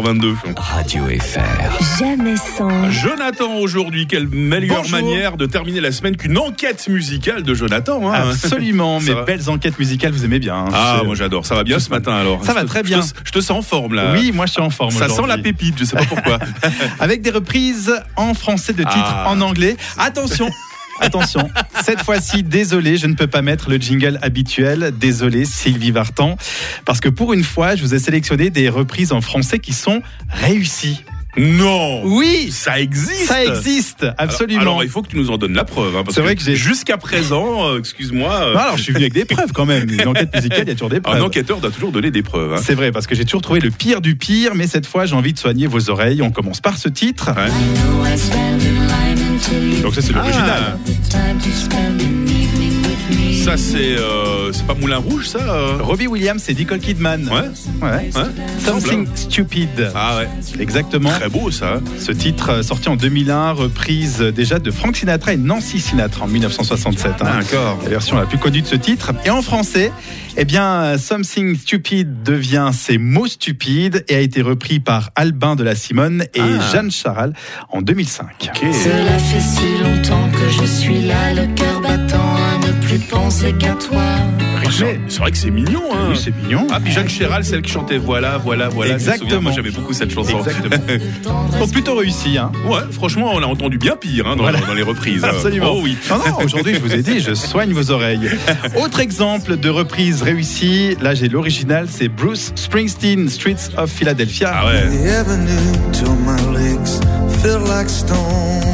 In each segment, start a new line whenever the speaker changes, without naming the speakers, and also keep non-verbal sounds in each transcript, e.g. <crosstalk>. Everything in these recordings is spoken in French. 22
Radio FR.
Jamais sans.
Jonathan, aujourd'hui, quelle meilleure
Bonjour.
manière de terminer la semaine qu'une enquête musicale de Jonathan. hein.
Absolument,
Ça
mes
va.
belles enquêtes musicales, vous aimez bien. hein,
Ah,
c'est-
moi j'adore. Ça va bien ce matin alors
Ça va
Je te-
très
je te-
bien.
Je te, sens en forme là.
Oui, moi je suis en forme.
Ça sent
aujourd'hui.
la pépite, je sais
<laughs>
pas pourquoi.
Avec des reprises en français de titres
Ah.
en anglais.
<laughs>
Attention Attention, cette fois-ci, désolé, je ne peux pas mettre le jingle habituel. Désolé, Sylvie Vartan. Parce que pour une fois, je vous ai sélectionné des reprises en français qui sont réussies.
non
Oui
Ça existe
Ça existe, absolument.
Alors, alors, il faut que tu nous en donnes la preuve. hein, parce
C'est vrai que j'ai-
Jusqu'à présent, euh, excuse-moi, euh, Ah,
Non, alors, je suis venu avec des preuves quand même. Une enquête musicale, il y a toujours des
un
preuves.
enquêteur doit toujours donner des preuves. hein.
C'est vrai, parce que j'ai toujours trouvé le pire du pire, mais cette fois j'ai envie de soigner vos oreilles. On commence par ce titre.
Ouais.
Donc ça c'est
Ah, ça c'est euh, c'est pas Moulin Rouge ça euh
Robbie Williams et Nicole Kidman.
Ouais,
Ouais.
ouais. hein.
Something Stupid.
Ah ouais,
Exactement.
très beau ça.
Ce titre euh, sorti en 2001, reprise euh, déjà de Frank Sinatra et Nancy Sinatra en 1967. hein.
D'accord.
La version la plus connue de ce titre. Et en français, eh bien, euh, Something Stupid devient ces mots stupides et a été repris par Albin de la Simone et
Ah.
Jeanne Charal en 2005.
Cela fait si longtemps que je suis là, le cœur battant à ne plus penser qu'à toi.
C'est c'est vrai que c'est mignon. Hein.
Oui, c'est mignon.
Ah, puis Jacques Chéral, celle qui chantait Voilà, voilà, voilà. je me souviens,
Exactement.
Moi, j'aimais beaucoup cette chanson.
Exactement. Donc plutôt réussi, hein.
<laughs> Ouais, franchement, on a entendu bien pire hein, dans,
Voilà.
dans les reprises.
Absolument.
Oh oui.
Non, non, aujourd'hui, je vous ai dit, je soigne
<laughs>
vos oreilles. Autre exemple de reprise réussie, là j'ai l'original, c'est Bruce Springsteen, Streets of Philadelphia.
Ah ouais.
The avenue till my legs feel like stone.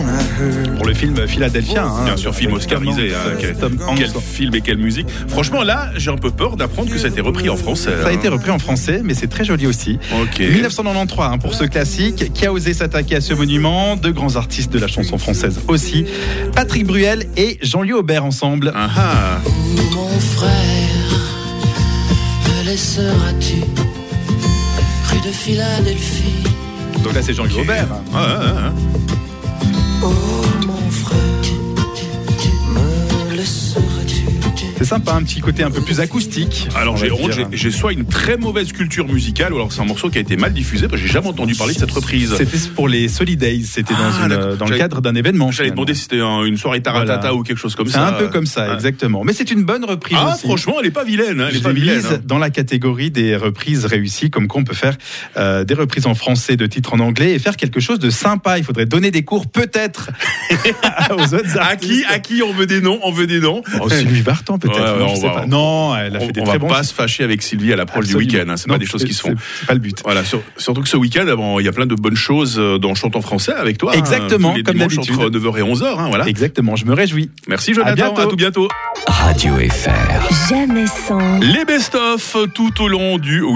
I heard
Pour le film Philadelphia. hein.
Bien sûr, film oscarisé. hein, quel,
Tom Hanks.
quel film et quelle musique. Franchement, là, j'ai un peu peur d'apprendre que ça a été repris en français.
Ça a
hein.
été repris en français, mais c'est très joli aussi.
Ok.
1993 hein, pour ce classique. Qui a osé s'attaquer à ce monument De grands artistes de la chanson française aussi. Patrick Bruel et Jean-Louis Aubert ensemble.
Ah ah.
Oh. Mon frère, me laisseras-tu rue de Philadelphie
Donc là, c'est Jean-Louis Aubert. hein.
Ouais, ouais, ouais.
Oh mon frère, me laisseras-tu
C'est sympa, un petit côté un peu plus acoustique. on
Alors
va
j'ai honte,
dire.
j'ai- j'ai soit une très mauvaise culture musicale, ou alors c'est un morceau qui a été mal diffusé, parce que j'ai jamais entendu parler de cette reprise.
C'était pour les Solidays, c'était dans,
Ah,
une-
d'accord.
dans le
J'allais-
cadre d'un événement.
J'allais
finalement.
demander si c'était un- une soirée taratata
Voilà.
ou quelque chose comme
C'est
ça.
un peu comme ça,
Ouais.
exactement. Mais c'est une bonne reprise
Ah,
aussi.
franchement, elle est pas vilaine. hein, elle
Je
est pas
l'ai
vilaine.
mise
hein.
dans la catégorie des reprises réussies, comme quoi on peut faire euh, des reprises en français de titres en anglais et faire quelque chose de sympa. Il faudrait donner des cours peut-être <laughs> aux autres
À qui,
artistes.
à qui on veut des noms, on veut des noms.
Oh, Sylvie Vartan peut-être.
Ouais, ouais,
non,
on
je sais
va-
pas. Non, elle a fait
on,
des
on
très
va
bons.
pas se fâcher avec Sylvie à l'approche du
Absolument.
week-end. hein. C'est pas
Non,
des choses qui se font.
c'est- c'est pas le but.
Voilà, sur- surtout que ce week-end, bon, il y a plein de bonnes choses euh, dans Chante en français avec toi. hein.
Exactement,
Tous les
comme
dimanches
d'habitude.
entre 9h et 11h. hein, voilà.
Exactement, je me réjouis.
Merci Jonathan,
À bientôt.
à tout bientôt.
Radio FR.
Jamais sans.
Les best-of tout au long du